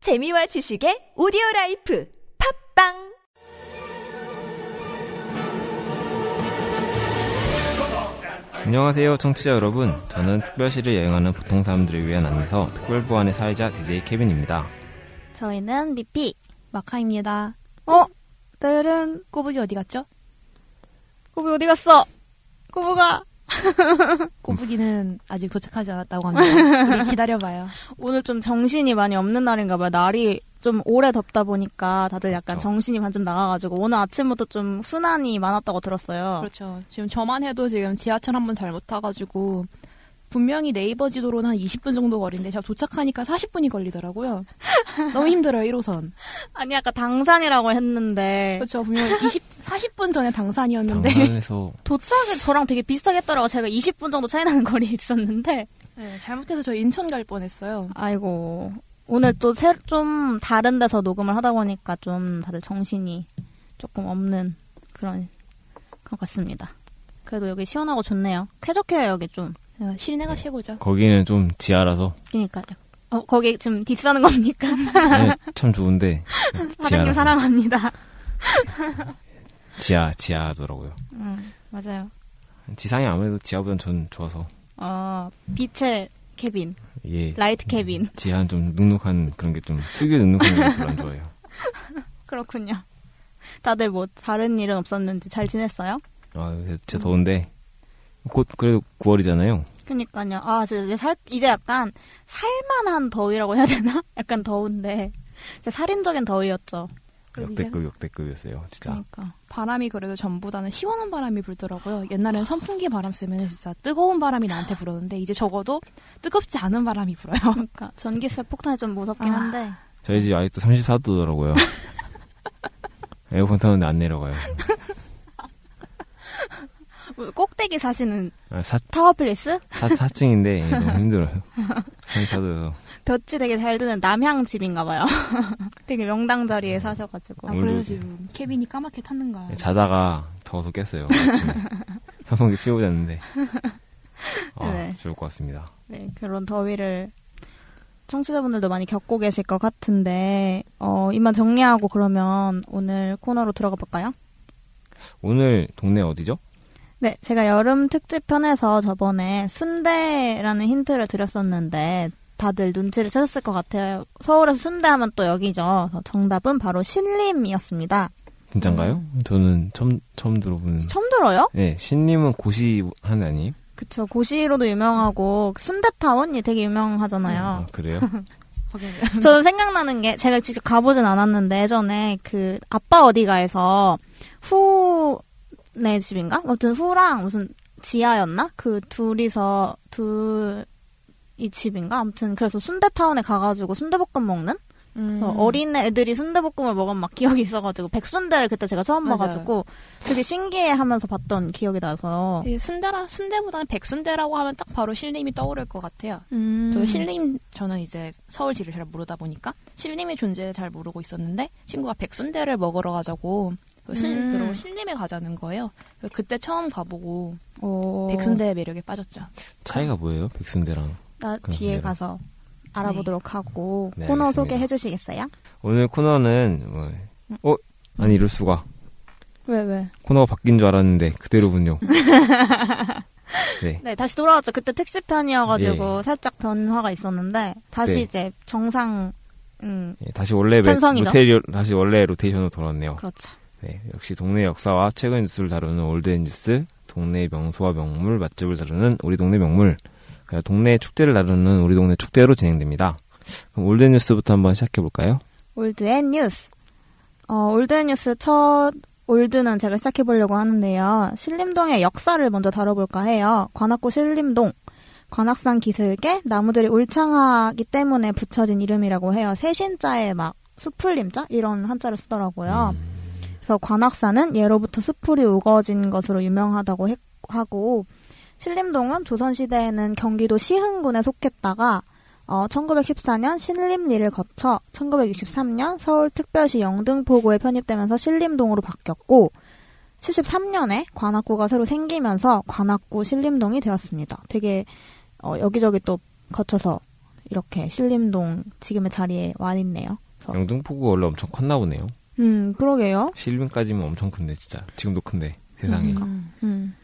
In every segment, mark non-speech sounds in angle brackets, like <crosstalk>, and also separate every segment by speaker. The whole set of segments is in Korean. Speaker 1: 재미와 지식의 오디오 라이프 팝빵
Speaker 2: 안녕하세요, 청취자 여러분. 저는 특별시를 여행하는 보통 사람들을 위한 안내서 특별보안의 사회자 DJ 케빈입니다.
Speaker 3: 저희는 미피.
Speaker 4: 마카입니다.
Speaker 3: 어? 내일은
Speaker 4: 꼬부기 어디 갔죠?
Speaker 3: 꼬부 어디 갔어? 꼬부가
Speaker 4: 꼬부기는 아직 도착하지 않았다고 합니다. <laughs> 우리 기다려봐요.
Speaker 3: 오늘 좀 정신이 많이 없는 날인가 봐요. 날이 좀 오래 덥다 보니까 다들 약간
Speaker 2: 그렇죠.
Speaker 3: 정신이 반쯤 나가가지고 오늘 아침부터 좀 순환이 많았다고 들었어요.
Speaker 4: 그렇죠. 지금 저만 해도 지금 지하철 한 번 잘못 타가지고 분명히 네이버 지도로는 한 20분 정도 거리인데 제가 도착하니까 40분이 <laughs> 걸리더라고요. 너무 힘들어요, 1호선.
Speaker 3: 아니 아까 당산이라고 했는데
Speaker 4: 그렇죠. 분명 20, 40분 전에 당산이었는데
Speaker 2: 당산에서
Speaker 3: 도착이 저랑 되게 비슷하게 했더라고. 제가 20분 정도 차이 나는 <laughs> 거리에 있었는데
Speaker 4: <laughs> 네, 잘못해서 저 인천 갈 뻔했어요.
Speaker 3: 아이고 오늘 또 좀 다른 데서 녹음을 하다 보니까 좀 다들 정신이 조금 없는 그런 것 같습니다. 그래도 여기 시원하고 좋네요. 쾌적해요 여기 좀.
Speaker 4: 네, 시내가 최고죠.
Speaker 2: 거기는 좀 지하라서
Speaker 3: 그러니까 어, 거기 지금
Speaker 2: <laughs>
Speaker 3: 디스하는 겁니까?
Speaker 2: 아니, 네, 참 좋은데
Speaker 3: 사장님
Speaker 2: 지하라서
Speaker 3: 사랑합니다.
Speaker 2: 지하 지하더라고요.
Speaker 3: 음, 맞아요.
Speaker 2: 지상이 아무래도 지하보단 전 좋아서
Speaker 3: 어 빛의 캐빈,
Speaker 2: 이게
Speaker 3: 라이트 캐빈
Speaker 2: 지하는 좀 눅눅한 그런 게 좀 특유 눅눅한 게 별로 안 좋아해요.
Speaker 3: 그렇군요. 다들 뭐 다른 일은 없었는지 잘 지냈어요?
Speaker 2: 아, 그래서
Speaker 3: 음.
Speaker 2: 진짜 더운데 곧 그래도 9월이잖아요.
Speaker 3: 그니까요. 아, 진짜 이제 살, 이제 약간 살만한 더위라고 해야 되나? <laughs> 약간 더운데. 진짜 살인적인 더위였죠.
Speaker 4: 그래도 이제
Speaker 2: 역대급 역대급이었어요. 진짜
Speaker 3: 그러니까.
Speaker 4: 바람이 그래도 전보다는 시원한 바람이 불더라고요. 옛날엔 선풍기 바람 쐬면 진짜 뜨거운 바람이 나한테 불었는데 이제 적어도 뜨겁지 않은 바람이 불어요. <laughs>
Speaker 3: 그러니까 전기세 폭탄이 좀 무섭긴
Speaker 4: 아.
Speaker 3: 한데.
Speaker 2: 저희 집 아직도
Speaker 3: <laughs>
Speaker 2: 34도더라고요. 에어컨 타는데 안 내려가요.
Speaker 3: 뭐 꼭대기 사시는
Speaker 2: 아, 사,
Speaker 3: 타워플레이스?
Speaker 2: 사, 사층인데 너무 힘들어요. 산사도여서
Speaker 3: 볕이 되게 잘 드는 남향 집인가 봐요. <laughs> 되게 명당 자리에 사셔가지고.
Speaker 4: 아,
Speaker 2: 오늘도
Speaker 4: 그래서
Speaker 2: 이제-
Speaker 4: 지금 케빈이 까맣게 탔는가.
Speaker 2: 자다가 더워서 깼어요. 아침에 선풍기 피우고 잤는데 아,
Speaker 3: 네.
Speaker 2: 좋을 것 같습니다.
Speaker 3: 네, 그런 더위를 청취자분들도 많이 겪고 계실 것 같은데 어, 이만 정리하고 그러면 오늘 코너로 들어가 볼까요?
Speaker 2: 오늘 동네 어디죠?
Speaker 3: 네, 제가 여름 특집 편에서 저번에 순대라는 힌트를 드렸었는데 다들 눈치를 채셨을 것 같아요. 서울에서 순대하면 또 여기죠. 그래서 정답은 바로 신림이었습니다.
Speaker 2: 진짠가요? 저는 처음 처음 들어보는.
Speaker 3: 처음 들어요?
Speaker 2: 네, 신님은 고시 하는 아니에요?
Speaker 3: 그쵸. 고시로도 유명하고 순대타운이 되게 유명하잖아요.
Speaker 2: 아, 그래요?
Speaker 4: <laughs> 거기는
Speaker 3: 저는 생각나는 게 제가 직접 가보진 않았는데 예전에 그 아빠 어디가에서 후네 집인가? 아무튼 후랑 무슨 지하였나? 그 둘이서 둘 이 집인가? 아무튼 그래서 순대타운에 가가지고 순대볶음 먹는? 그래서
Speaker 4: 음.
Speaker 3: 어린 애들이 순대볶음을 먹은 막 기억이 있어가지고 백순대를 그때 제가 처음
Speaker 4: 맞아요.
Speaker 3: 봐가지고 되게 신기해하면서 봤던 기억이 나서.
Speaker 4: 예, 순대라 순대보다는 백순대라고 하면 딱 바로 신림이 떠오를 것 같아요.
Speaker 3: 음.
Speaker 4: 저 신림 저는 이제 서울지를 잘 모르다 보니까 신림의 존재를 잘 모르고 있었는데 친구가 백순대를 먹으러 가자고 그 신,
Speaker 3: 음.
Speaker 4: 그러고 신림에 가자는 거예요. 그래서 그때 처음 가보고
Speaker 3: 오.
Speaker 4: 백순대의 매력에 빠졌죠.
Speaker 2: 차이가 뭐예요? 백순대랑.
Speaker 3: 나
Speaker 2: 그럼
Speaker 3: 뒤에
Speaker 2: 그래요.
Speaker 3: 가서
Speaker 4: 네.
Speaker 3: 알아보도록 하고
Speaker 2: 네,
Speaker 3: 코너
Speaker 2: 알겠습니다.
Speaker 3: 소개해 주시겠어요?
Speaker 2: 오늘 코너는
Speaker 3: 음.
Speaker 2: 어, 어? 아니 이럴 수가.
Speaker 3: 왜 왜?
Speaker 2: 코너가 바뀐 줄 알았는데
Speaker 3: <laughs>
Speaker 2: 그대로군요. 네.
Speaker 3: 네 다시 돌아왔죠. 그때 특집 편이어가지고 살짝 변화가 있었는데 다시
Speaker 2: 네.
Speaker 3: 이제 정상 음
Speaker 2: 예, 다시 원래 매-
Speaker 3: 편성이죠.
Speaker 2: 로테리, 다시 원래 로테이션으로 돌아왔네요.
Speaker 3: 그렇죠.
Speaker 2: 네, 역시 동네 역사와 최근 뉴스를 다루는 올드앤 뉴스, 동네 명소와 명물, 맛집을 다루는 우리 동네 명물, 그리고 동네 축제를 다루는 우리 동네 축제로 진행됩니다. 그럼 올드앤 뉴스부터 한번 시작해 볼까요?
Speaker 3: 올드앤 뉴스. 어 올드앤 뉴스 첫 올드는 제가 시작해 보려고 하는데요. 신림동의 역사를 먼저 다뤄볼까 해요. 관악구 신림동. 관악산 기슭에 나무들이 울창하기 때문에 붙여진 이름이라고 해요. 세신자에 막 수풀림자 이런 한자를 쓰더라고요. 그래서 관악산은 예로부터 수풀이 우거진 것으로 유명하다고 했- 하고 신림동은 조선시대에는 경기도 시흥군에 속했다가 어, 1914년 신림리를 거쳐 1963년 서울특별시 영등포구에 편입되면서 신림동으로 바뀌었고 73년에 관악구가 새로 생기면서 관악구 신림동이 되었습니다. 되게 어, 여기저기 또 거쳐서 이렇게 신림동 지금의 자리에 와 있네요. 그래서-
Speaker 2: 영등포구 원래 엄청 컸나 보네요.
Speaker 3: 음, 그러게요.
Speaker 2: 실림까지면 엄청 큰데 진짜 지금도 큰데 세상에.
Speaker 3: 음. 음.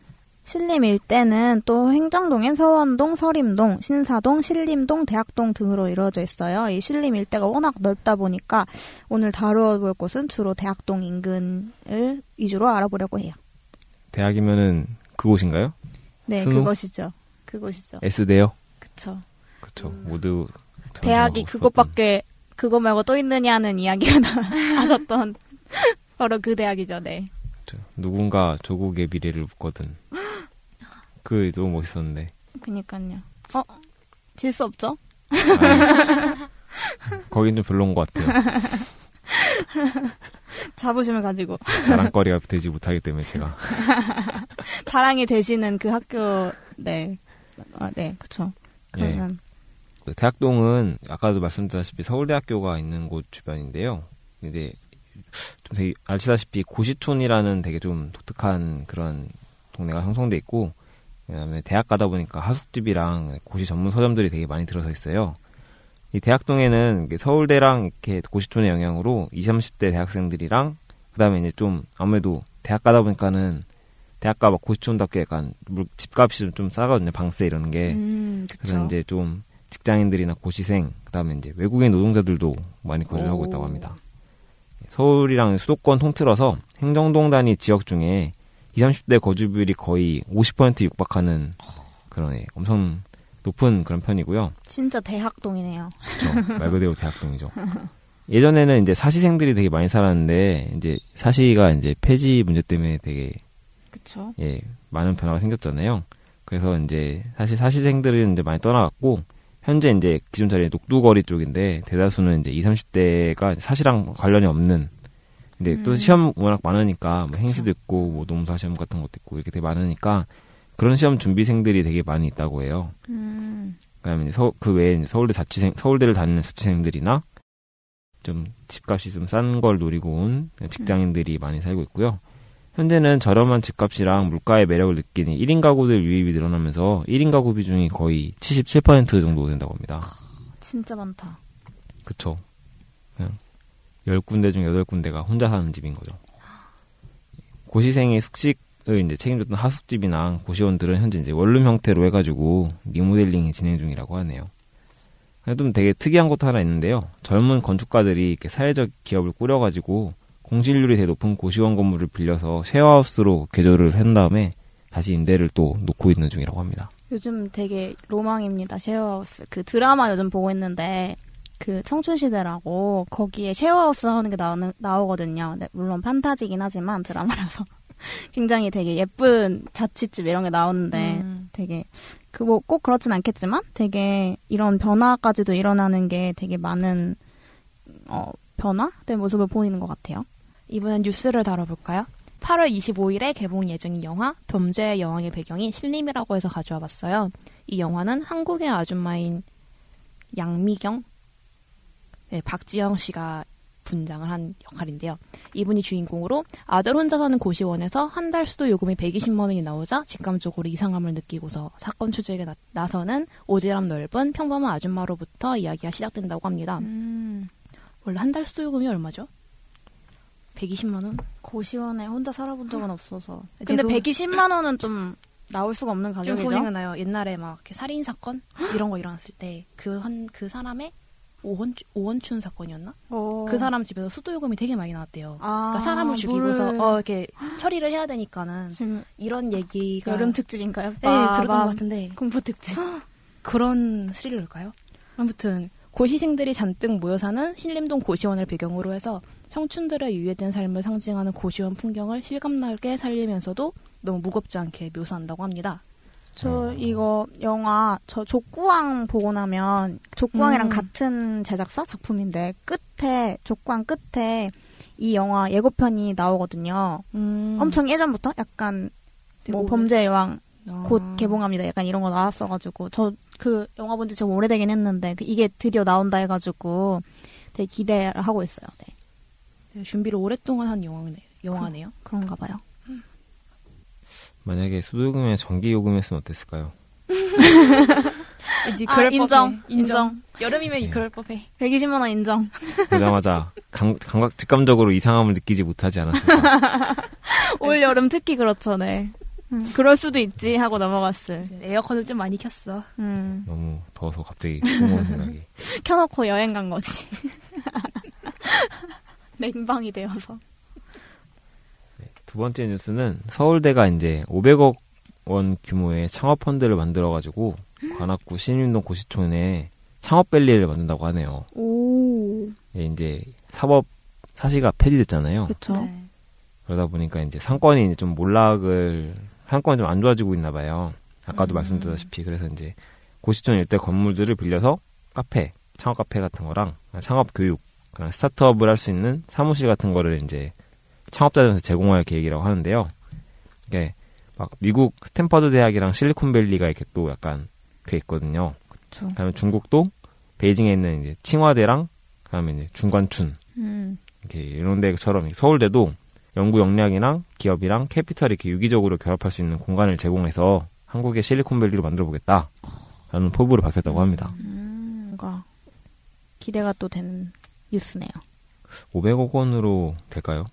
Speaker 3: 신림 일대는 또 행정동인 서원동, 서림동, 신사동, 신림동, 대학동 등으로 이루어져 있어요. 이 신림 일대가 워낙 넓다 보니까 오늘 다루어 볼 곳은 주로 대학동 인근을 위주로 알아보려고 해요.
Speaker 2: 대학이면은 그곳인가요?
Speaker 3: 네,
Speaker 2: 수능?
Speaker 3: 그것이죠. 그것이죠.
Speaker 2: S대요.
Speaker 3: 그쵸.
Speaker 2: 그렇죠. 모두 예, 뭐 전공하고
Speaker 3: 대학이
Speaker 2: 싶었던.
Speaker 3: 그것밖에, 그거 말고 또 있느냐는 이야기가 <laughs> 나셨던 바로 그 대학이죠, 네.
Speaker 2: 그렇죠. 누군가 조국의 미래를
Speaker 3: <gasps>
Speaker 2: 묻거든. 그 너무 멋있었는데.
Speaker 3: 그니까요. 어? 질 수 없죠?
Speaker 2: 아, 거긴 좀 별론 것 같아요.
Speaker 3: 자부심을 가지고.
Speaker 2: 자랑거리가 되지 못하기 때문에 제가
Speaker 3: 자랑이 되시는 그 학교 네. 아, 네, 그쵸.
Speaker 2: 예.
Speaker 3: 그러면
Speaker 2: 대학동은 아까도 말씀드렸다시피 서울대학교가 있는 곳 주변인데요. 근데 좀 되게 아시다시피 고시촌이라는 되게 좀 독특한 그런 동네가 형성돼 있고 그다음에 대학 가다 보니까 하숙집이랑 고시 전문 서점들이 되게 많이 들어서 있어요. 이 대학동에는 이게 서울대랑 이렇게 고시촌의 영향으로 20, 30대 대학생들이랑 그다음에 이제 좀 아무래도 대학 가다 보니까는 대학가 막 고시촌답게 약간 물- 집값이 좀 싸거든요. 방세 이러는 게.
Speaker 3: 음,
Speaker 2: 그래서
Speaker 3: 그쵸.
Speaker 2: 이제 좀 직장인들이나 고시생, 그다음에 이제 외국인 노동자들도 많이 거주하고
Speaker 3: 오.
Speaker 2: 있다고 합니다. 서울이랑 수도권 통틀어서 행정동 단위 지역 중에 20, 30대 거주비율이 거의 50% 육박하는 그런 예, 엄청 높은 그런 편이고요.
Speaker 3: 진짜 대학동이네요. <laughs>
Speaker 2: 그렇죠. 말 그대로 대학동이죠. 예전에는 이제 사시생들이 되게 많이 살았는데 이제 사시가 이제 폐지 문제 때문에 되게
Speaker 4: 그쵸.
Speaker 2: 예, 많은 변화가 생겼잖아요. 그래서 이제 사실 사시생들은 이제 많이 떠나갔고 현재 이제 기존 자리 녹두거리 쪽인데 대다수는 이제 20, 30대가 사시랑 관련이 없는 근데 또
Speaker 3: 음.
Speaker 2: 시험 워낙 많으니까 뭐 행시도 있고 뭐 농사 시험 같은 것도 있고 이렇게 되게 많으니까 그런 시험 준비생들이 되게 많이 있다고 해요.
Speaker 3: 음.
Speaker 2: 그다음에 이제 서, 그 외에 이제 서울대 자취생 서울대를 다니는 자취생들이나 좀 집값이 좀 싼 걸 노리고 온
Speaker 3: 음.
Speaker 2: 직장인들이 많이 살고 있고요. 현재는 저렴한 집값이랑 물가의 매력을 느끼는 1인 가구들 유입이 늘어나면서 1인 가구 비중이 거의 77% 정도 된다고 합니다.
Speaker 3: 진짜 많다.
Speaker 2: 그쵸. 그냥 10군데 중 8군데가 혼자 사는 집인 거죠. 고시생의 숙식을 이제 책임졌던 하숙집이나 고시원들은 현재 이제 원룸 형태로 해가지고 리모델링이 진행 중이라고 하네요. 근데 좀 되게 특이한 것도 하나 있는데요. 젊은 건축가들이 이렇게 사회적 기업을 꾸려가지고 공실률이 되게 높은 고시원 건물을 빌려서 쉐어하우스로 개조를 한 다음에 다시 임대를 또 놓고 있는 중이라고 합니다.
Speaker 3: 요즘 되게 로망입니다. 쉐어하우스. 그 드라마 요즘 보고 있는데 그 청춘시대라고 거기에 쉐어하우스 하는 게 나오는, 나오거든요. 네, 물론 판타지긴 하지만 드라마라서 <laughs> 굉장히 되게 예쁜 자취집 이런 게 나오는데
Speaker 4: 음.
Speaker 3: 되게 그 뭐 꼭 그렇진 않겠지만 되게 이런 변화까지도 일어나는 게 되게 많은 어 변화된 모습을 보이는 것 같아요.
Speaker 4: 이번엔 뉴스를 다뤄볼까요? 8월 25일에 개봉 예정인 영화 범죄의 여왕의 배경이 신림이라고 해서 가져와 봤어요. 이 영화는 한국의 아줌마인 양미경, 네, 박지영 씨가 분장을 한 역할인데요. 이분이 주인공으로 아들 혼자 사는 고시원에서 한 달 수도 요금이 120만 원이 나오자 직감적으로 이상함을 느끼고서 사건 추적에 나, 나서는 오지랖 넓은 평범한 아줌마로부터 이야기가 시작된다고 합니다.
Speaker 3: 음.
Speaker 4: 원래 한 달 수도요금이 얼마죠? 120만 원?
Speaker 3: 고시원에 혼자 살아본 적은 없어서.
Speaker 4: 근데
Speaker 3: 근데
Speaker 4: 그거-
Speaker 3: 120만 원은 좀 나올 수가 없는
Speaker 4: 좀
Speaker 3: 가격이죠.
Speaker 4: 고생은 나요. 옛날에 막 이렇게 살인 사건 이런 거 일어났을 때 그 한 그 사람의 오원 오원춘 사건이었나?
Speaker 3: 어.
Speaker 4: 그 사람 집에서 수도요금이 되게 많이 나왔대요.
Speaker 3: 아,
Speaker 4: 그러니까 사람을 죽이고서 어, 이렇게 처리를 해야 되니까는
Speaker 3: 지금
Speaker 4: 이런 얘기가
Speaker 3: 여름 특집인가요? 아,
Speaker 4: 네, 들었던 것 같은데
Speaker 3: 공포 특집.
Speaker 4: 그런 스릴러일까요? 아무튼 고시생들이 잔뜩 모여 사는 신림동 고시원을 배경으로 해서 청춘들의 유예된 삶을 상징하는 고시원 풍경을 실감나게 살리면서도 너무 무겁지 않게 묘사한다고 합니다. 네.
Speaker 3: 저 이거 영화 저 족구왕 보고 나면 족구왕이랑
Speaker 4: 음.
Speaker 3: 같은 제작사 작품인데 끝에 족구왕 끝에 이 영화 예고편이 나오거든요.
Speaker 4: 음.
Speaker 3: 엄청 예전부터 약간 뭐 범죄 여왕
Speaker 4: 아.
Speaker 3: 곧 개봉합니다. 약간 이런 거 나왔어가지고 저 그 영화 본 지 좀 오래되긴 했는데 그 이게 드디어 나온다 해가지고 되게 기대를 하고 있어요. 네.
Speaker 4: 네, 준비를 오랫동안 한 영화네, 영화네요.
Speaker 3: 그런가 봐요.
Speaker 2: 만약에 수도요금에 전기요금 했으면 어땠을까요?
Speaker 4: 이제 네,
Speaker 3: 아,
Speaker 4: 그럴 법해.
Speaker 3: 인정, 인정.
Speaker 4: 여름이면 이 그럴 법해.
Speaker 3: 120만 원
Speaker 4: <laughs>
Speaker 3: 인정.
Speaker 2: 보자마자 감, 감각 직감적으로 이상함을 느끼지 못하지 않았을까.
Speaker 3: 올 여름 특히 그렇죠, 네. 음, 그럴 수도 있지 하고 넘어갔을.
Speaker 4: 이제 에어컨을 좀 많이 켰어.
Speaker 3: 음,
Speaker 2: 너무 더워서 갑자기 뜨거운 생각이.
Speaker 3: 켜놓고 여행 간 거지. <laughs> 냉방이 되어서.
Speaker 2: 두 번째 뉴스는 서울대가 이제 500억 원 규모의 창업 펀드를 만들어가지고 관악구 신림동 고시촌에 창업 밸리를 만든다고 하네요.
Speaker 3: 오,
Speaker 2: 예, 이제 사법 사시가 폐지됐잖아요.
Speaker 3: 그쵸.
Speaker 4: 네.
Speaker 2: 그러다 보니까 이제 상권이 이제 좀 몰락을 상권이 좀 안 좋아지고 있나 봐요. 아까도
Speaker 4: 음.
Speaker 2: 말씀드렸다시피 그래서 이제 고시촌 일대 건물들을 빌려서 카페, 창업 카페 같은 거랑 창업 교육, 그런 스타트업을 할 수 있는 사무실 같은 거를 이제 창업자들한테 제공할 계획이라고 하는데요. 이게 막 미국 스탠퍼드 대학이랑 실리콘밸리가 이렇게 또 약간 돼 있거든요.
Speaker 3: 그쵸.
Speaker 2: 그다음에 중국도 베이징에 있는 이제 칭화대랑 그다음에 이제 중관춘
Speaker 3: 음,
Speaker 2: 이렇게 이런 데처럼 서울대도 연구 역량이랑 기업이랑 캐피털 이렇게 유기적으로 결합할 수 있는 공간을 제공해서 한국의 실리콘밸리로 만들어 보겠다. 라는 포부를 밝혔다고 합니다.
Speaker 3: 음, 뭔가 기대가 또 되는 뉴스네요.
Speaker 2: 500억 원으로 될까요?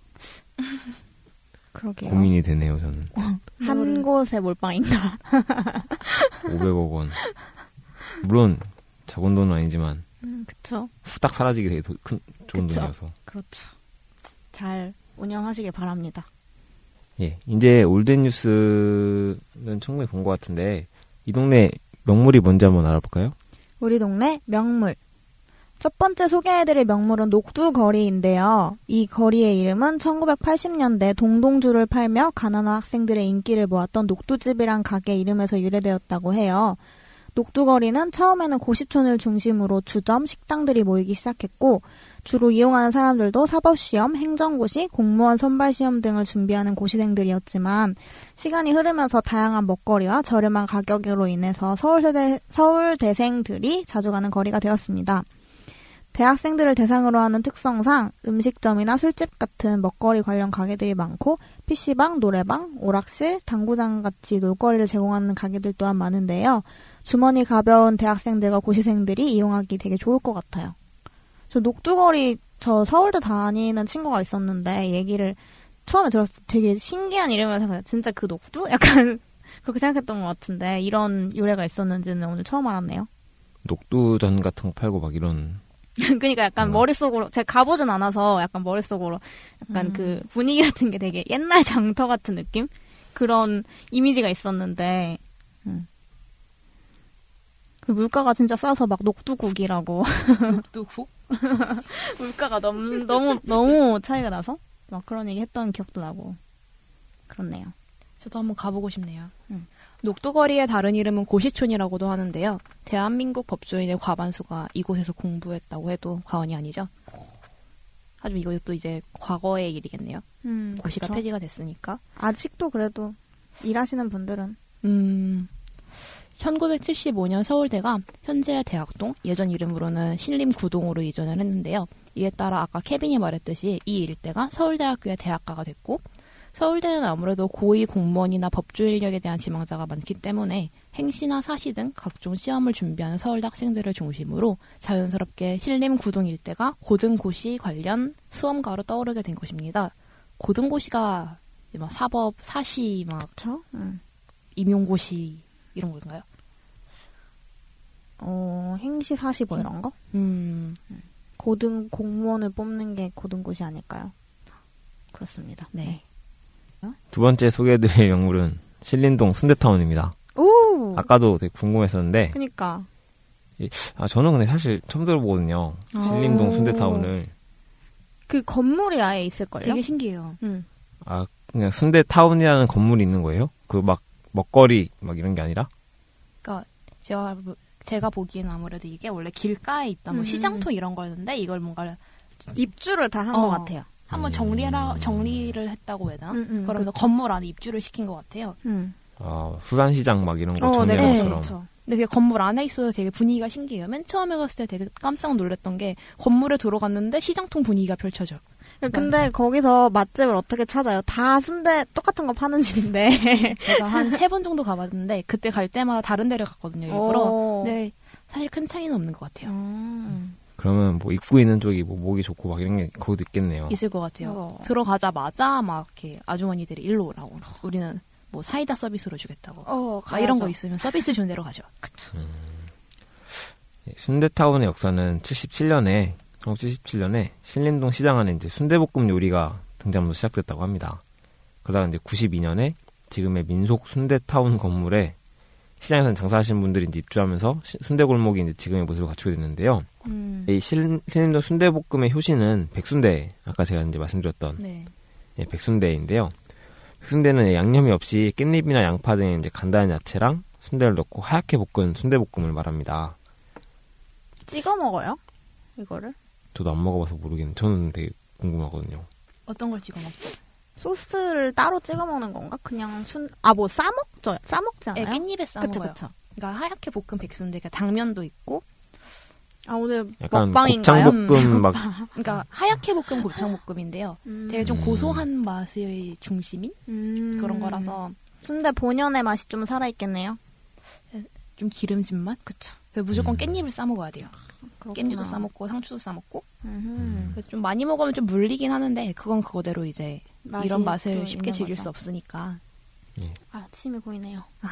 Speaker 3: 그러게요.
Speaker 2: 고민이 되네요, 저는.
Speaker 3: 한 곳에 몰빵인가?
Speaker 2: 500억 원. 물론 적은 돈은 아니지만
Speaker 3: 음, 그쵸.
Speaker 2: 후딱 사라지게 되게 도- 큰 좋은
Speaker 3: 그쵸.
Speaker 2: 돈이어서.
Speaker 3: 그렇죠. 잘 운영하시길 바랍니다.
Speaker 2: 예. 이제 올드 뉴스는 충분히 본 것 같은데 이 동네 명물이 뭔지 한번 알아볼까요?
Speaker 3: 우리 동네 명물. 첫 번째 소개해드릴 명물은 녹두거리인데요. 이 거리의 이름은 1980년대 동동주를 팔며 가난한 학생들의 인기를 모았던 녹두집이란 가게 이름에서 유래되었다고 해요. 녹두거리는 처음에는 고시촌을 중심으로 주점, 식당들이 모이기 시작했고, 주로 이용하는 사람들도 사법시험, 행정고시, 공무원 선발시험 등을 준비하는 고시생들이었지만, 시간이 흐르면서 다양한 먹거리와 저렴한 가격으로 인해서 서울대, 서울대생들이 자주 가는 거리가 되었습니다. 대학생들을 대상으로 하는 특성상 음식점이나 술집 같은 먹거리 관련 가게들이 많고 PC방, 노래방, 오락실, 당구장 같이 놀거리를 제공하는 가게들 또한 많은데요. 주머니 가벼운 대학생들과 고시생들이 이용하기 되게 좋을 것 같아요. 저 녹두거리 저 서울대 다니는 친구가 있었는데 얘기를 처음에 들었을 때 되게 신기한 이름이라고 생각해요. 진짜 그 녹두? 약간 <laughs> 그렇게 생각했던 것 같은데 이런 유래가 있었는지는 오늘 처음 알았네요. <laughs>
Speaker 2: 녹두전 같은 거 팔고 막 이런
Speaker 3: 그러니까 약간
Speaker 2: 음.
Speaker 3: 머릿속으로 제가 가보진 않아서 약간 머릿속으로 약간
Speaker 4: 음.
Speaker 3: 그 분위기 같은 게 되게 옛날 <laughs> 장터 같은 느낌? 그런 이미지가 있었는데 음. 그 물가가 진짜 싸서 막 녹두국이라고 <laughs>
Speaker 4: 뚝뚝.
Speaker 3: 물가가 너무 너무 너무 차이가 나서 막 그런 얘기 했던 기억도 나고 그렇네요.
Speaker 4: 저도 한번 가보고 싶네요.
Speaker 3: 음.
Speaker 4: 녹두거리의 다른 이름은 고시촌이라고도 하는데요. 대한민국 법조인의 과반수가 이곳에서 공부했다고 해도 과언이 아니죠. 하지만 이것도 이제 과거의 일이겠네요.
Speaker 3: 음,
Speaker 4: 고시가
Speaker 3: 그쵸.
Speaker 4: 폐지가 됐으니까.
Speaker 3: 아직도 그래도 일하시는 분들은
Speaker 4: 음, 1975년 서울대가 현재의 대학동, 예전 이름으로는 신림구동으로 이전을 했는데요. 이에 따라 아까 케빈이 말했듯이 이 일대가 서울대학교의 대학가가 됐고, 서울대는 아무래도 고위 공무원이나 법조 인력에 대한 지망자가 많기 때문에 행시나 사시 등 각종 시험을 준비하는 서울대 학생들을 중심으로 자연스럽게 신림구동 일대가 고등고시 관련 수험가로 떠오르게 된 것입니다. 고등고시가 막 사법, 사시, 막
Speaker 3: 그렇죠.
Speaker 4: 임용고시 이런 건가요?
Speaker 3: 어 행시 사시 뭐 이런 거
Speaker 4: 음,
Speaker 3: 고등 공무원을 뽑는 게 고등고시 아닐까요? 그렇습니다.
Speaker 4: 네.
Speaker 2: 두 번째 소개해드릴 <laughs> 명물은 신림동 순대타운입니다.
Speaker 3: 오.
Speaker 2: 아까도 네. 되게 궁금했었는데
Speaker 3: 그니까
Speaker 2: 아 저는 근데 사실 처음 들어보거든요.
Speaker 3: 아.
Speaker 2: 신림동 순대타운을
Speaker 3: 그 건물이 아예 있을 걸요.
Speaker 4: 되게 신기해요.
Speaker 3: 음.
Speaker 2: 아 그냥 순대타운이라는 건물이 있는 거예요? 그 막 먹거리 막 이런 게 아니라
Speaker 4: 그러니까 제가 보- 제가 보기에는 아무래도 이게 원래 길가에 있던 뭐
Speaker 3: 음.
Speaker 4: 시장통 이런 거였는데 이걸 뭔가
Speaker 3: 입주를 다 한 것
Speaker 4: 어.
Speaker 3: 같아요.
Speaker 4: 한번
Speaker 2: 음.
Speaker 4: 정리라 정리를 했다고 해야 되나?
Speaker 3: 음, 음,
Speaker 4: 그러면서 건물 안에 입주를 시킨 것 같아요.
Speaker 3: 음.
Speaker 2: 아, 수산시장 막 이런 거
Speaker 3: 어,
Speaker 2: 정리한
Speaker 3: 네,
Speaker 4: 네,
Speaker 2: 것처럼
Speaker 3: 그렇죠.
Speaker 4: 근데 그게 건물 안에 있어서 되게 분위기가 신기해요. 맨 처음에 갔을 때 되게 깜짝 놀랐던 게 건물에 들어갔는데 시장통 분위기가 펼쳐져.
Speaker 3: 근데 거기서 맛집을 어떻게 찾아요? 다 순대 똑같은 거 파는 집인데.
Speaker 4: 제가 <laughs> 한 세 번 정도 가봤는데 그때 갈 때마다 다른 데를 갔거든요. 일부러.
Speaker 3: 오.
Speaker 4: 근데 사실 큰 차이는 없는 것 같아요.
Speaker 3: 어. 네. 음.
Speaker 2: 그러면 뭐 입구 있는 쪽이 뭐 목이 좋고 막 이런 게 거기도 있겠네요.
Speaker 4: 있을 것 같아요.
Speaker 3: 어.
Speaker 4: 들어가자마자 막 이렇게 아주머니들이 일로 오라고. 우리는 뭐 사이다 서비스로 주겠다고.
Speaker 3: 어,
Speaker 4: 막 이런 거 있으면 서비스 주는 대로 가죠.
Speaker 2: 순대타운의 역사는 77년에 1977년에 신림동 시장 안에 이제 순대볶음 요리가 등장하면서 시작됐다고 합니다. 그러다가 이제 92년에 지금의 민속 순대타운 건물에 시장에서 장사하시는 분들이 이제 입주하면서 시- 순대골목이 이제 지금의 모습을 갖추게 됐는데요.
Speaker 3: 음.
Speaker 2: 이 신, 신림동 순대볶음의 효시는 백순대, 아까 제가 이제 말씀드렸던
Speaker 4: 네.
Speaker 2: 예, 백순대인데요. 백순대는 양념이 없이 깻잎이나 양파 등 이제 간단한 야채랑 순대를 넣고 하얗게 볶은 순대볶음을 말합니다.
Speaker 3: 찍어 먹어요? 이거를?
Speaker 2: 저도 안 먹어봐서 모르겠는데 저는 되게 궁금하거든요.
Speaker 4: 어떤 걸 찍어 먹죠?
Speaker 3: 소스를 따로 찍어 먹는 건가? 그냥 순, 아, 뭐, 싸먹죠? 싸먹지
Speaker 4: 네,
Speaker 3: 않아요?
Speaker 4: 깻잎에 싸
Speaker 3: 예, 그쵸,
Speaker 4: 먹어요.
Speaker 3: 그쵸.
Speaker 4: 그러니까 하얗게 볶은 백순대가 그러니까 당면도 있고,
Speaker 3: 아, 오늘
Speaker 2: 약간
Speaker 3: 먹방인가요?
Speaker 2: 곱창볶음 막
Speaker 4: 그러니까 하얗게 볶은 곱창볶음인데요.
Speaker 3: 음.
Speaker 4: 되게 좀
Speaker 2: 음.
Speaker 4: 고소한 맛의 중심인
Speaker 3: 음.
Speaker 4: 그런 거라서
Speaker 3: 순대 본연의 맛이 좀 살아있겠네요.
Speaker 4: 좀 기름진 맛. 그쵸. 그래서 무조건
Speaker 2: 음.
Speaker 4: 깻잎을 싸 먹어야 돼요. 깻잎도 싸 먹고 상추도 싸 먹고.
Speaker 3: 음.
Speaker 4: 그래서 좀 많이 먹으면 좀 물리긴 하는데 그건 그거대로 이제 이런 맛을 쉽게 즐길 수 없으니까.
Speaker 3: 아, 침이 고이네요.
Speaker 4: 아,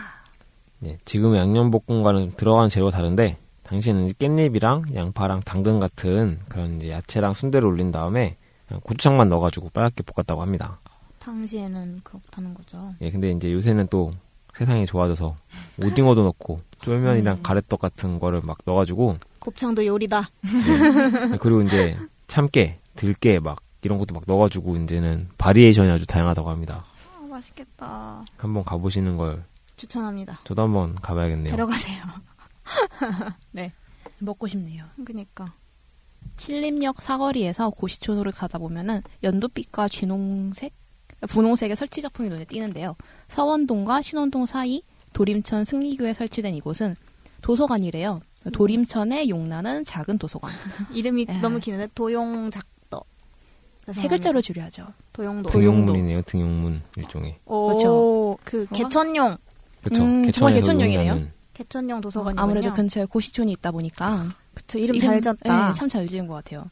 Speaker 2: 예, 지금 양념볶음과는 들어가는 재료가 다른데 당시에는 이제 깻잎이랑 양파랑 당근 같은 그런 이제 야채랑 순대를 올린 다음에 그냥 고추장만 넣어가지고 빨갛게 볶았다고 합니다.
Speaker 3: 당시에는 그렇다는 거죠.
Speaker 2: 예, 근데 이제 요새는 또 세상이 좋아져서 오징어도 넣고 쫄면이랑
Speaker 4: 음.
Speaker 2: 가래떡 같은 거를 막 넣어가지고
Speaker 3: 곱창도 요리다. <laughs>
Speaker 2: 예. 그리고 이제 참깨, 들깨 막 이런 것도 막 넣어가지고 이제는 바리에이션이 아주 다양하다고 합니다.
Speaker 3: 아, 맛있겠다.
Speaker 2: 한번 가보시는 걸
Speaker 3: 추천합니다.
Speaker 2: 저도 한번 가봐야겠네요.
Speaker 3: 데려가세요. <laughs>
Speaker 4: 먹고 싶네요.
Speaker 3: 그니까.
Speaker 4: 신림역 사거리에서 고시촌으로 가다 보면은 연두빛과 진홍색, 분홍색의 설치 작품이 눈에 띄는데요. 서원동과 신원동 사이 도림천 승리교에 설치된 이곳은 도서관이래요. 도림천의 용나는 작은 도서관.
Speaker 3: 이름이
Speaker 4: 예.
Speaker 3: 너무 기는데 도용작도.
Speaker 4: 세 글자로 줄여야죠.
Speaker 3: 네.
Speaker 4: 뭐
Speaker 3: 도용도.
Speaker 2: 등용문이네요. 등용문 일종의.
Speaker 3: 오,
Speaker 4: 그렇죠.
Speaker 3: 그
Speaker 4: 뭔가?
Speaker 3: 개천용.
Speaker 2: 그렇죠.
Speaker 4: 음, 정말 개천용이네요.
Speaker 3: 개천용 도서관이군요. 그
Speaker 4: 아무래도 근처에 고시촌이 있다 보니까
Speaker 3: 그쵸, 이름 잘 졌다.
Speaker 4: 네, 참 잘 지은 것 같아요.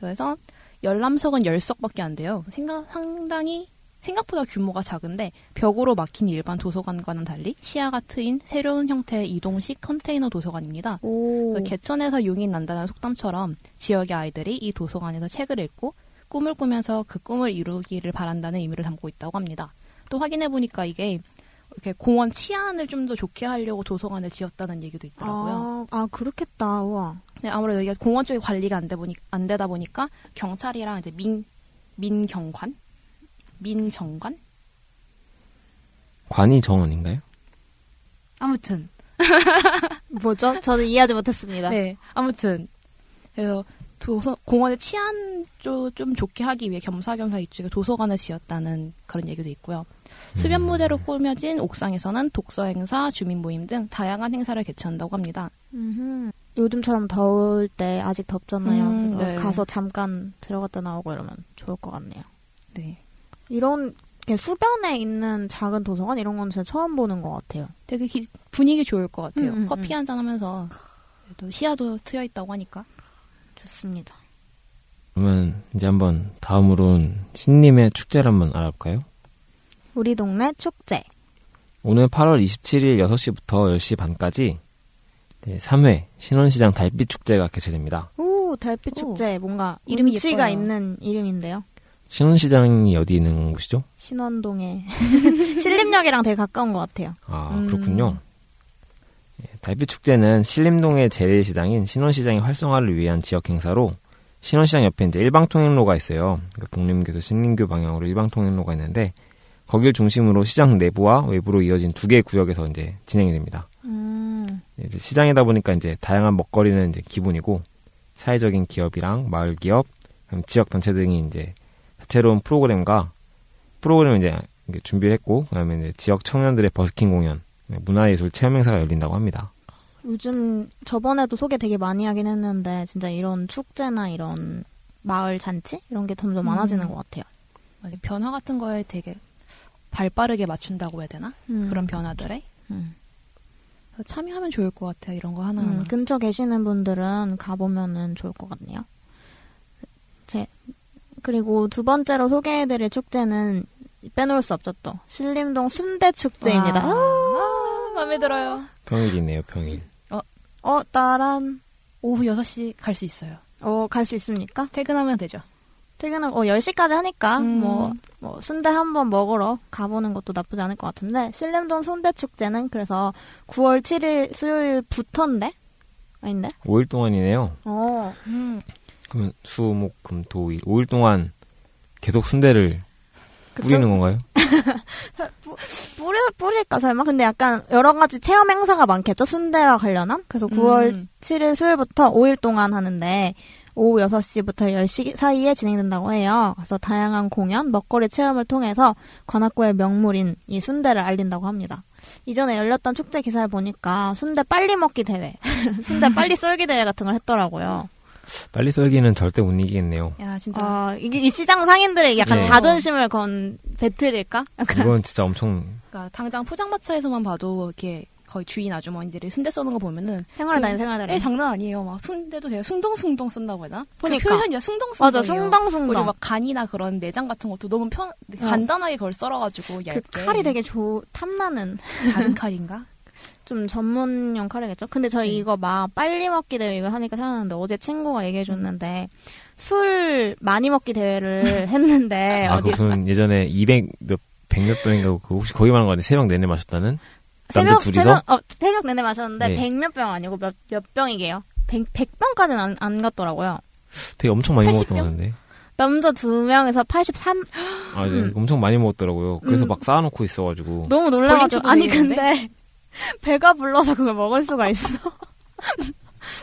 Speaker 4: 그래서 열람석은 10석밖에 안 돼요. 생각, 상당히 생각보다 규모가 작은데 벽으로 막힌 일반 도서관과는 달리 시야가 트인 새로운 형태의 이동식 컨테이너 도서관입니다.
Speaker 3: 오.
Speaker 4: 그래서 개천에서 용이 난다는 속담처럼 지역의 아이들이 이 도서관에서 책을 읽고 꿈을 꾸면서 그 꿈을 이루기를 바란다는 의미를 담고 있다고 합니다. 또 확인해 보니까 이게 이렇게 공원 치안을 좀 더 좋게 하려고 도서관을 지었다는 얘기도 있더라고요.
Speaker 3: 아, 아, 그렇겠다. 우와.
Speaker 4: 네, 아무래도 여기가 공원 쪽이 관리가 안, 되 보니, 안 되다 보니까 경찰이랑 이제 민, 민경관? 민정관?
Speaker 2: 관이 정원인가요?
Speaker 4: 아무튼.
Speaker 3: 뭐죠? 저는 이해하지 못했습니다.
Speaker 4: <laughs> 네, 아무튼. 그래서 도서, 공원의 치안 좀, 좀 좋게 하기 위해 겸사겸사 이쪽에 도서관을 지었다는 그런 얘기도 있고요. 수변 무대로 꾸며진 옥상에서는 독서 행사, 주민 모임 등 다양한 행사를 개최한다고 합니다.
Speaker 3: 음흠. 요즘처럼 더울 때 아직 덥잖아요.
Speaker 4: 음,
Speaker 3: 그래서
Speaker 4: 네.
Speaker 3: 가서 잠깐 들어갔다 나오고 이러면 좋을 것 같네요.
Speaker 4: 네.
Speaker 3: 이런 이렇게 수변에 있는 작은 도서관 이런 건 진짜 처음 보는 것 같아요.
Speaker 4: 되게 기- 분위기 좋을 것 같아요.
Speaker 3: 음, 음,
Speaker 4: 커피
Speaker 3: 음.
Speaker 4: 한잔 하면서 또 시야도 트여 있다고 하니까.
Speaker 3: 좋습니다.
Speaker 2: 그러면 이제 한번 다음으로는 신림의 축제를 한번 알아볼까요?
Speaker 3: 우리 동네 축제.
Speaker 2: 오늘 8월 27일 6시부터 10시 반까지 3회 신원시장 달빛 축제가 개최됩니다.
Speaker 3: 오, 달빛
Speaker 4: 오.
Speaker 3: 축제. 뭔가
Speaker 4: 이름이
Speaker 3: 운치가
Speaker 4: 예뻐요.
Speaker 3: 있는 이름인데요.
Speaker 2: 신원시장이 어디 있는 곳이죠?
Speaker 4: <laughs>
Speaker 3: 신원동에 <laughs> 신림역이랑 되게 가까운 것 같아요.
Speaker 2: 아
Speaker 4: 음.
Speaker 2: 그렇군요. 예, 달빛 축제는 신림동의 재래시장인 신원시장의 활성화를 위한 지역 행사로 신원시장 옆에 이제 일방통행로가 있어요. 그러니까 북림교에서 신림교 방향으로 일방통행로가 있는데 거길 중심으로 시장 내부와 외부로 이어진 두 개의 구역에서 이제 진행이 됩니다.
Speaker 3: 음,
Speaker 2: 이제 시장이다 보니까 이제 다양한 먹거리는 이제 기본이고 사회적인 기업이랑 마을 기업, 그다음 지역 단체 등이 이제 다채로운 프로그램과 프로그램을 이제 네, 이게 준비를 했고 그다음에 이제 지역 청년들의 버스킹 공연, 문화예술 체험 행사가 열린다고 합니다.
Speaker 3: 요즘 저번에도 소개 되게 많이 하긴 했는데 진짜 이런 축제나 이런 마을 잔치 이런 게 점점
Speaker 4: 음.
Speaker 3: 많아지는 것 같아요.
Speaker 4: 맞아요. 변화 같은 거에 되게 발빠르게 맞춘다고 해야 되나? 그런 변화들에
Speaker 3: 음.
Speaker 4: 그래서 참여하면 좋을 것 같아요. 이런 거 하나.
Speaker 3: 음,
Speaker 4: 하나
Speaker 3: 근처 계시는 분들은 가보면은 좋을 것 같네요. 제 그리고 두 번째로 소개해드릴 축제는 빼놓을 수 없죠 또 신림동 순대 축제입니다.
Speaker 4: 와. 아, 마음에 들어요.
Speaker 2: 평일이네요, 평일.
Speaker 3: 어 따란
Speaker 4: 오후 6시 갈 수 있어요.
Speaker 3: 어갈 수 있습니까?
Speaker 4: 퇴근하면 되죠.
Speaker 3: 퇴근하고 어, 10시까지 하니까
Speaker 4: 음.
Speaker 3: 뭐, 뭐 순대 한번 먹으러 가보는 것도 나쁘지 않을 것 같은데 신림동 순대 축제는 그래서 9월 7일 수요일부터인데 아닌데?
Speaker 2: 5일 동안이네요.
Speaker 3: 어
Speaker 4: 음.
Speaker 2: 그러면 수, 목, 금, 토, 일. 5일 동안 계속 순대를
Speaker 3: 그쵸?
Speaker 2: 뿌리는 건가요?
Speaker 3: 뿌려 뿌릴까 설마? 근데 약간 여러 가지 체험 행사가 많겠죠 순대와 관련한. 그래서 9월
Speaker 4: 음.
Speaker 3: 7일 수요일부터 5일 동안 하는데 오후 6시부터 10시 사이에 진행된다고 해요. 그래서 다양한 공연, 먹거리 체험을 통해서 관악구의 명물인 이 순대를 알린다고 합니다. 이전에 열렸던 축제 기사를 보니까 순대 빨리 먹기 대회, <laughs> 순대 빨리 썰기 대회 같은 걸 했더라고요.
Speaker 2: 빨리 썰기는 절대 못 이기겠네요.
Speaker 4: 야, 진짜.
Speaker 3: 어, 이게 이 시장 상인들의 약간
Speaker 2: 네.
Speaker 3: 자존심을 건 배틀일까? 약간
Speaker 2: 이건 진짜 엄청
Speaker 4: 그러니까 당장 포장마차에서만 봐도 이렇게 거의 주인 아주머니들이 순대 써는 거 보면은
Speaker 3: 생활을 다니 생활을.
Speaker 4: 에 장난 아니에요. 막 순대도 되게 숭덩숭덩 쓴다고 해야 되나? 그
Speaker 3: 그러니까.
Speaker 4: 표현이야. 숭덩숭덩.
Speaker 3: 맞아,
Speaker 4: 우리
Speaker 3: 숭덩숭덩.
Speaker 4: 막 간이나 그런 내장 같은 것도 너무 편 간단하게 어. 그걸 썰어가지고 얇게
Speaker 3: 그 칼이
Speaker 4: <laughs>
Speaker 3: 되게 좋 탐나는 <laughs>
Speaker 4: 작은 칼인가?
Speaker 3: 좀 전문용 칼이겠죠. 근데 저희
Speaker 4: 네.
Speaker 3: 이거 막 빨리 먹기 대회 이거 하니까 생각났는데 어제 친구가 얘기해 줬는데
Speaker 2: 음.
Speaker 3: 술 많이 먹기 대회를 <laughs> 했는데
Speaker 2: 아, 그
Speaker 3: 네, 어디
Speaker 2: 무슨 예전에 200 몇, 100몇 병인가, 그 혹시 거기 말한 거 아니에요? 새벽 내내 마셨다는? 남자
Speaker 3: 새벽
Speaker 2: 둘이서?
Speaker 3: 새벽 어 새벽 내내 마셨는데
Speaker 2: 네.
Speaker 3: 백 몇 병 아니고 몇 몇 병이게요. 백 백 병까지는 안, 안 갔더라고요.
Speaker 2: 되게 엄청 많이
Speaker 4: 80
Speaker 2: 먹었던 것
Speaker 4: 병?
Speaker 2: 같은데.
Speaker 3: 남자 두 명에서 83
Speaker 2: 아, 이제 엄청 많이 먹었더라고요. 그래서
Speaker 3: 음.
Speaker 2: 막 쌓아놓고 있어가지고.
Speaker 3: 너무 놀라가지고
Speaker 4: 볼링 쳐도
Speaker 3: 아니
Speaker 4: 되겠는데?
Speaker 3: 근데 <laughs> 배가 불러서 그걸 먹을 수가 있어. <laughs>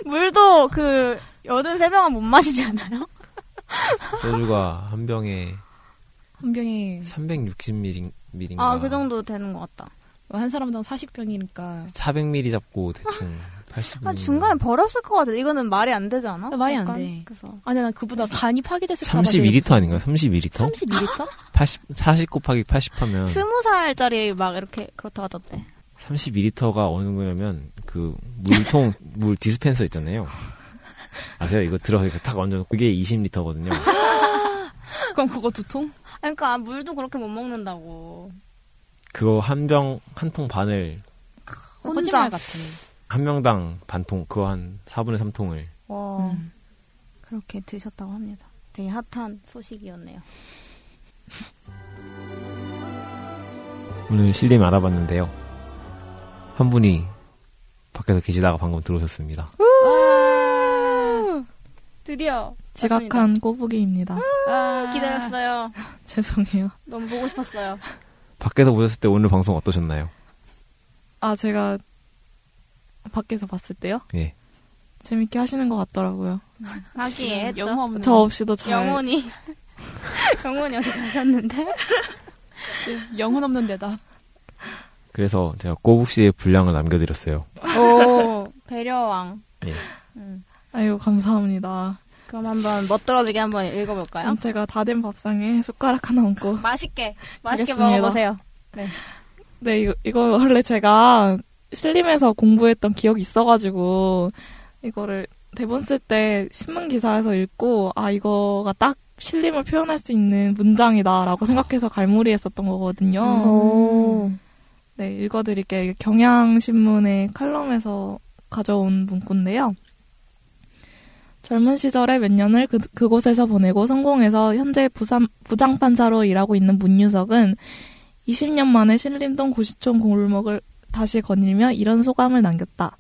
Speaker 3: 물도 그 여든 세 병은 못 마시지 않아요?
Speaker 2: 소주가 한 병에
Speaker 4: 한 병에
Speaker 2: 360ml인가.
Speaker 3: 아 그 정도 되는 것 같다.
Speaker 4: 한 사람당 40병이니까
Speaker 2: 400ml 잡고 대충 80.
Speaker 3: 아, 중간에 버렸을 것 같아. 이거는 말이 안 되지 않아?
Speaker 4: 아, 말이 안
Speaker 3: 약간?
Speaker 4: 돼.
Speaker 3: 그래서
Speaker 4: 아니 난 그보다 간이 파괴됐을까 봐
Speaker 2: 32리터 아닌가요? 32리터?
Speaker 4: 32리터?
Speaker 2: 80, 40 곱하기 80 하면
Speaker 3: 스무 살짜리 막 이렇게 그렇다 하던데.
Speaker 2: 32리터가 어느 거냐면 그 물통 물 디스펜서 있잖아요. 아세요? 이거 들어서 이렇게 탁 얹어 놓고 그게 20리터거든요.
Speaker 4: <laughs> 그럼 그거 두통?
Speaker 3: 아니, 그러니까 아, 물도 그렇게 못 먹는다고.
Speaker 2: 그거 한 병 한 통 반을
Speaker 3: 혼자.
Speaker 4: 거짓말 같은
Speaker 2: 한 명당 반통 그거 한 4분의 3통을
Speaker 3: 와
Speaker 4: 음.
Speaker 3: 어. 그렇게 드셨다고 합니다. 되게 핫한 소식이었네요.
Speaker 2: 오늘 실림 알아봤는데요. 한 분이 밖에서 계시다가 방금 들어오셨습니다.
Speaker 3: 와~ 드디어
Speaker 5: 지각한 꼬부기입니다.
Speaker 3: 왔습니다. 아, 기다렸어요.
Speaker 5: 죄송해요.
Speaker 3: 너무 보고 싶었어요.
Speaker 2: 밖에서 보셨을 때 오늘 방송 어떠셨나요?
Speaker 5: 아, 제가 밖에서 봤을 때요?
Speaker 2: 예.
Speaker 5: 재밌게 하시는 것 같더라고요.
Speaker 3: 하기에 했죠.
Speaker 4: 영어 없는
Speaker 5: 저 없이도 잘.
Speaker 3: 음. 영혼이 <laughs> 영혼이 어디 가셨는데?
Speaker 4: 영혼 없는 데다
Speaker 2: 그래서 제가 꼬북 씨의 분량을 남겨드렸어요.
Speaker 3: <laughs> 오 배려왕.
Speaker 2: 예.
Speaker 3: 음.
Speaker 5: 아이고, 감사합니다.
Speaker 3: 그럼 한번 멋들어지게 한번 읽어볼까요?
Speaker 5: 그럼 제가 다 된 밥상에 숟가락 하나 얹고.
Speaker 3: 맛있게 맛있게
Speaker 5: 알겠습니다.
Speaker 3: 먹어보세요.
Speaker 5: 네, 이거, 이거 원래 제가 신림에서 공부했던 기억이 있어가지고, 이거를 대본 쓸 때 신문 기사에서 읽고, 아, 이거가 딱 신림을 표현할 수 있는 문장이다라고 생각해서 갈무리했었던 거거든요.
Speaker 4: 음.
Speaker 3: 오.
Speaker 5: 네, 읽어드릴게요. 이게 경향신문의 칼럼에서 가져온 문구인데요. 젊은 시절에 몇 년을 그, 그곳에서 보내고 성공해서 현재 부산, 부장판사로 일하고 있는 문유석은 20년 만에 신림동 고시촌 골목을 다시 거닐며 이런 소감을 남겼다.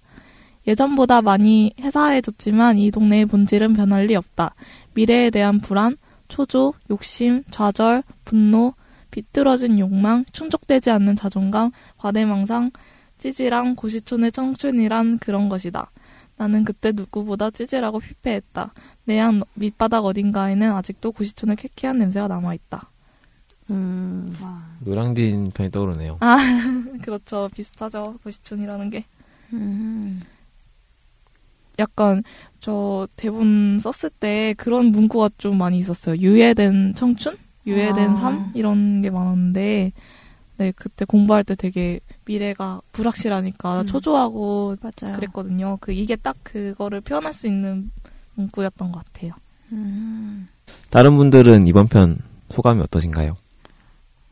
Speaker 5: 예전보다 많이 회사해졌지만 이 동네의 본질은 변할 리 없다. 미래에 대한 불안, 초조, 욕심, 좌절, 분노, 비뚤어진 욕망, 충족되지 않는 자존감, 과대망상, 찌질함, 고시촌의 청춘이란 그런 것이다. 나는 그때 누구보다 찌질하고 피폐했다. 내 한 밑바닥 어딘가에는 아직도 고시촌의 쾌쾌한 냄새가 남아있다.
Speaker 3: 음.
Speaker 4: 와.
Speaker 2: 노량진
Speaker 3: 아.
Speaker 2: 편이 떠오르네요.
Speaker 3: 음.
Speaker 5: 그렇죠. 비슷하죠. 고시촌이라는 게. 약간 저 대본 썼을 때 그런 문구가 좀 많이 있었어요. 유예된 청춘, 유예된
Speaker 4: 아.
Speaker 5: 삶 이런 게 많았는데 네 그때 공부할 때 되게 미래가 불확실하니까
Speaker 4: 음.
Speaker 5: 초조하고
Speaker 3: 맞아요.
Speaker 5: 그랬거든요. 그 이게 딱 그거를 표현할 수 있는 문구였던 것 같아요.
Speaker 3: 음.
Speaker 2: 다른 분들은 이번 편 소감이 어떠신가요?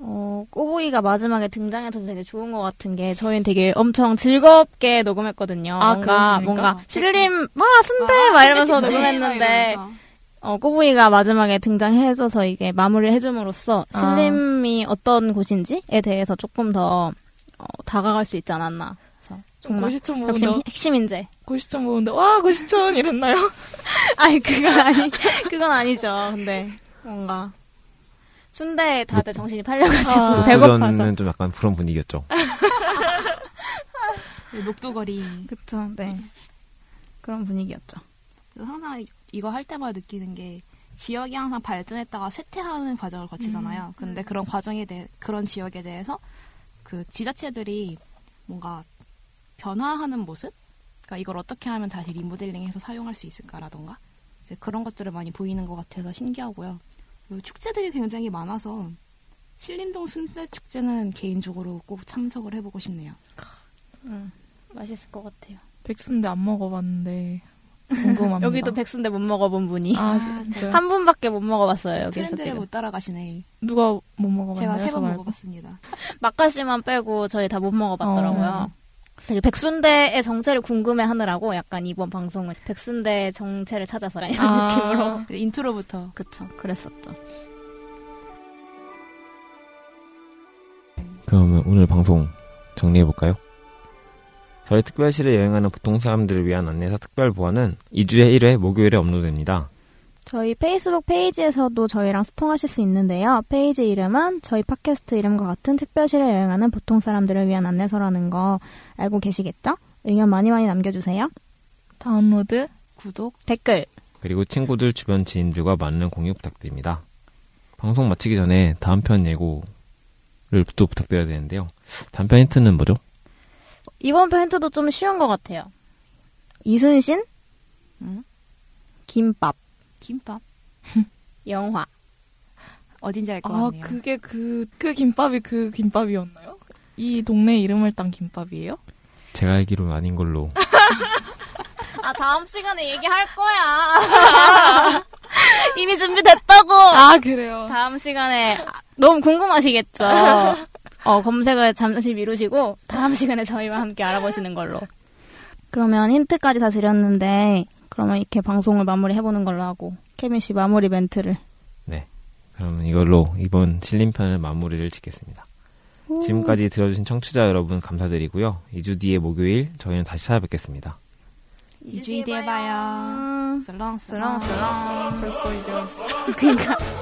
Speaker 3: 어, 꼬보이가 마지막에 등장해서 되게 좋은 것 같은 게 저희는 되게 엄청 즐겁게 녹음했거든요.
Speaker 5: 아,
Speaker 3: 뭔가
Speaker 5: 그러셨습니까? 아,
Speaker 3: 뭔가 실림 와 순대 네, 막
Speaker 4: 아,
Speaker 3: 이러면서 녹음했는데 어, 꼬부이가 마지막에 등장해줘서 이게 마무리를 해줌으로써
Speaker 5: 아.
Speaker 3: 신림이 어떤 곳인지에 대해서 조금 더 어, 다가갈 수 있지 않았나. 그래서
Speaker 5: 좀
Speaker 3: 정말
Speaker 5: 고시촌
Speaker 3: 역시
Speaker 5: 보는데
Speaker 3: 핵심 인재.
Speaker 5: 고시촌 보는데 와 고시촌 이랬나요?
Speaker 3: 아니 그건 아니 그건 아니죠. 근데 뭔가 순대 다들 정신이 팔려가지고
Speaker 5: 아.
Speaker 3: 배고파서.
Speaker 2: 독도전은 좀 약간 그런 분위기였죠.
Speaker 4: 녹두거리.
Speaker 3: 그쵸. 네 그런 분위기였죠.
Speaker 4: 항상 이거 할 때마다 느끼는 게 지역이 항상 발전했다가 쇠퇴하는 과정을 거치잖아요. 근데 그런 과정에 대해 그런 지역에 대해서 그 지자체들이 뭔가 변화하는 모습, 그러니까 이걸 어떻게 하면 다시 리모델링해서 사용할 수 있을까라던가 이제 그런 것들을 많이 보이는 것 같아서 신기하고요. 그리고 축제들이 굉장히 많아서 신림동 순대 축제는 개인적으로 꼭 참석을 해보고 싶네요.
Speaker 3: 맛있을 것 같아요.
Speaker 5: 백순대 안 먹어봤는데 궁금합니다.
Speaker 3: 여기도 백순대 못 먹어본 분이
Speaker 5: 아 진짜
Speaker 3: 한 분밖에 못 먹어봤어요. 여기서
Speaker 4: 트렌드를
Speaker 3: 지금
Speaker 4: 못 따라가시네.
Speaker 5: 누가 못 먹어봤나요?
Speaker 4: 제가 세
Speaker 5: 저
Speaker 4: 번
Speaker 5: 말고?
Speaker 4: 먹어봤습니다.
Speaker 3: 막가시만 빼고 저희 다 못 먹어봤더라고요. 그래서 되게 백순대의 정체를 궁금해하느라고 약간 이번 방송은 백순대의 정체를 찾아서라 이런
Speaker 5: 아.
Speaker 3: 느낌으로
Speaker 4: 인트로부터
Speaker 3: <laughs> 그쵸 그랬었죠.
Speaker 2: 그러면 오늘 방송 정리해볼까요? 저희 특별시를 여행하는 보통 사람들을 위한 안내사 특별 보안은 2주에 1회 목요일에 업로드됩니다.
Speaker 3: 저희 페이스북 페이지에서도 저희랑 소통하실 수 있는데요. 페이지 이름은 저희 팟캐스트 이름과 같은 특별시를 여행하는 보통 사람들을 위한 안내서라는 거 알고 계시겠죠? 의견 많이 많이 남겨주세요.
Speaker 5: 다운로드
Speaker 4: 구독
Speaker 3: 댓글
Speaker 2: 그리고 친구들 주변 지인들과 많은 공유 부탁드립니다. 방송 마치기 전에 다음 편 예고를 또 부탁드려야 되는데요. 다음 편 힌트는 뭐죠?
Speaker 3: 이번 멘트도 좀 쉬운 것 같아요. 이순신
Speaker 4: 음?
Speaker 3: 김밥
Speaker 4: 김밥
Speaker 3: 영화
Speaker 4: 어딘지 알 것
Speaker 5: 아
Speaker 4: 같네요.
Speaker 5: 그게 그 그 김밥이 그 김밥이었나요? 이 동네 이름을 딴 김밥이에요?
Speaker 2: 제가 알기로는 아닌 걸로.
Speaker 3: 아 다음 시간에 얘기할 거야. <laughs> 이미 준비됐다고.
Speaker 5: 아 그래요.
Speaker 3: 다음 시간에 아, 너무 <laughs> 궁금하시겠죠. 어 검색을 잠시 미루시고 다음 시간에 저희와 함께 알아보시는 걸로. 그러면 힌트까지 다 드렸는데 그러면 이렇게 방송을 마무리해보는 걸로 하고 케빈 씨 마무리 멘트를.
Speaker 2: 그러면 이걸로 이번 실림편을 마무리를 짓겠습니다. 지금까지 들어주신 청취자 여러분 감사드리고요. 2주 뒤에 목요일 저희는 다시 찾아뵙겠습니다.
Speaker 4: 이주이 뒤에 봐요.
Speaker 3: 음,
Speaker 4: 슬렁슬렁.
Speaker 3: 슬렁슬렁.
Speaker 5: 벌써 이제
Speaker 3: <laughs> 그러니까